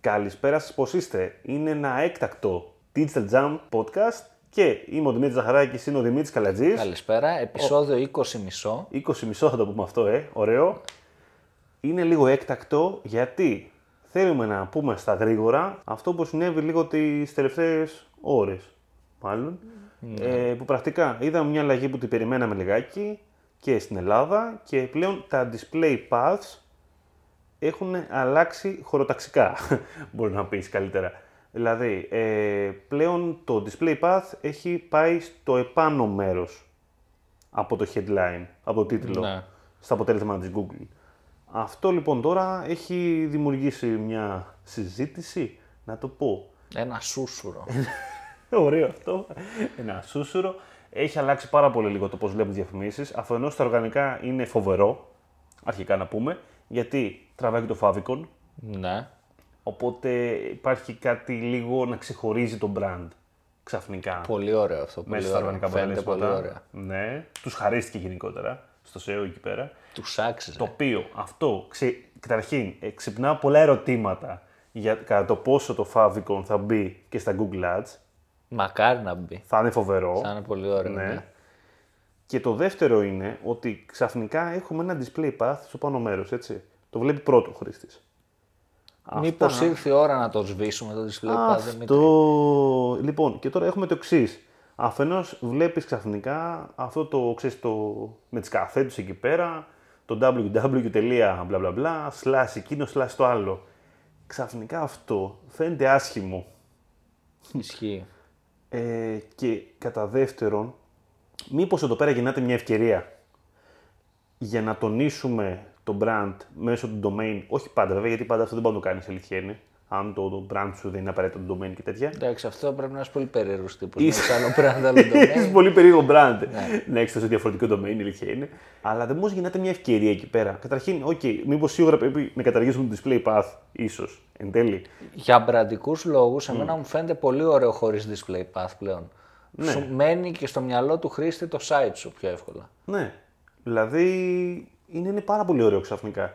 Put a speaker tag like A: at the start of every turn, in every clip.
A: Καλησπέρα σας, πώς είστε. Είναι ένα έκτακτο Digital Jam podcast και είμαι ο Δημήτρης Ζαχαράκης, είναι ο Δημήτρης Καλατζής.
B: Καλησπέρα, επεισόδιο 20 μισό.
A: 20 μισό θα το πούμε αυτό, ε. Ωραίο. Είναι λίγο έκτακτο γιατί θέλουμε να πούμε στα γρήγορα αυτό που συνέβη λίγο τις τελευταίες ώρες, μάλλον. Ε, που πρακτικά είδαμε μια αλλαγή που την περιμέναμε λιγάκι και στην Ελλάδα και πλέον τα display paths έχουν αλλάξει χωροταξικά, μπορεί να πεις καλύτερα. Δηλαδή, ε, πλέον το display path έχει πάει στο επάνω μέρος από το headline, από το τίτλο,
B: Ναι.
A: στα αποτέλεσμα της Google. Αυτό λοιπόν τώρα έχει δημιουργήσει μια συζήτηση, να το πω. Ε,
B: Ένα σούσουρο.
A: Ωραίο αυτό, ένα σούσουρο. Έχει αλλάξει πάρα πολύ λίγο το πώς βλέπουμε τις διαφημίσεις. Αφενός τα οργανικά είναι φοβερό, αρχικά να πούμε, γιατί τραβάει και το Favicon,
B: ναι.
A: Οπότε υπάρχει κάτι λίγο να ξεχωρίζει το brand ξαφνικά
B: Πολύ ωραίο αυτό. Πολύ
A: μέσα στα
B: ωραίο.
A: οργανικά
B: Φαίνεται πολύ
A: αποτελέσματα.
B: ωραία.
A: Ναι, τους χαρίστηκε γενικότερα στο SEO εκεί πέρα.
B: Τους άξιζε.
A: Το οποίο αυτό ξε... καταρχήν ε, ξυπνά πολλά ερωτήματα για κατά το πόσο το Favicon θα μπει και στα Google Ads.
B: Μακάρι να μπει.
A: Θα είναι φοβερό.
B: Θα είναι πολύ ωραίο.
A: Ναι.
B: ναι.
A: Και το δεύτερο είναι ότι ξαφνικά έχουμε ένα display path στο πάνω μέρος, έτσι. Το βλέπει πρώτο ο χρήστης.
B: Μήπως ήρθε η ώρα να το σβήσουμε το display pad, Δημήτρη.
A: Αυτό. Λοιπόν, και τώρα έχουμε το εξής. Αφενός, βλέπεις ξαφνικά αυτό το, ξέρεις, το με τις καθέτου εκεί πέρα, το www. slash εκείνο, slash το άλλο. Ξαφνικά αυτό φαίνεται άσχημο.
B: Ισχύει.
A: Ε, και κατά δεύτερον, μήπως εδώ πέρα γεννάται μια ευκαιρία για να τονίσουμε το brand μέσω του domain, όχι πάντα βέβαια, γιατί πάντα αυτό δεν μπορεί να το κάνεις, αλήθεια είναι, αν το, το brand σου δεν είναι απαραίτητο το domain και τέτοια.
B: Εντάξει, αυτό πρέπει να είσαι πολύ περίεργος τύπος. Είσαι άλλο brand, άλλο domain.
A: Έχει πολύ περίεργο brand να έχεις τόσο διαφορετικό domain, αλήθεια είναι. Αλλά δεν μπορεί γεννάται μια ευκαιρία εκεί πέρα. Καταρχήν, οκ, μήπως σίγουρα πρέπει να καταργήσουμε το display path, ίσως εν τέλει.
B: Για μπραντικούς λόγους, εμένα μου φαίνεται πολύ ωραίο χωρίς display path πλέον.
A: Ναι.
B: Σου μένει και στο μυαλό του χρήστη το site σου πιο εύκολα.
A: Ναι. Δηλαδή είναι, είναι πάρα πολύ ωραίο ξαφνικά.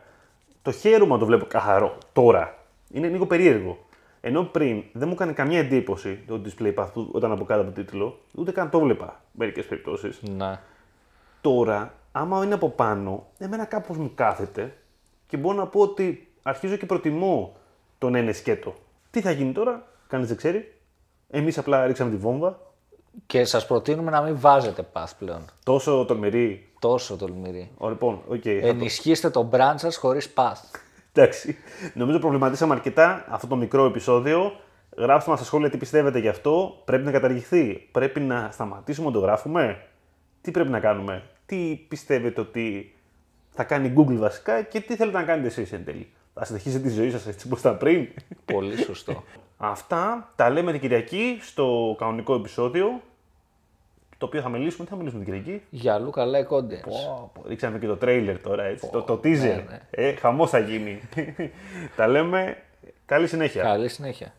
A: Το χαίρομαι να το βλέπω καθαρό τώρα. Είναι λίγο περίεργο. Ενώ πριν δεν μου έκανε καμία εντύπωση το display path που όταν από κάτω από τον τίτλο, ούτε καν το βλέπα μερικές περιπτώσεις.
B: Ναι.
A: Τώρα, άμα είναι από πάνω, εμένα κάπως μου κάθεται και μπορώ να πω ότι αρχίζω και προτιμώ τον ένα σκέτο. Τι θα γίνει τώρα, κανείς δεν ξέρει. Εμείς απλά ρίξαμε τη βόμβα.
B: Και σας προτείνουμε να μην βάζετε path πλέον.
A: Τόσο τολμηρή.
B: Τόσο τολμηρή.
A: Ω, Λοιπόν, οκ.
B: Ενισχύστε το brand σας χωρίς path.
A: Εντάξει. Νομίζω προβληματίσαμε αρκετά αυτό το μικρό επεισόδιο. Γράψτε μας στα σχόλια τι πιστεύετε γι' αυτό. Πρέπει να καταργηθεί. Πρέπει να σταματήσουμε να το γράφουμε. Τι πρέπει να κάνουμε. Τι πιστεύετε ότι θα κάνει η Google βασικά και τι θέλετε να κάνετε εσείς εν τέλει. Θα συνεχίσετε τη ζωή σας έτσι όπως ήταν πριν.
B: Πολύ σωστό.
A: Αυτά τα λέμε την Κυριακή στο κανονικό επεισόδιο. Το οποίο θα μιλήσουμε. Τι θα μιλήσουμε την Κυριακή.
B: Για αλλού καλά οι content.
A: Ρίξαμε και το τρέιλερ τώρα, έτσι, το, το teaser. Ε, χαμός θα γίνει. Τα λέμε. Καλή συνέχεια.
B: Καλή συνέχεια.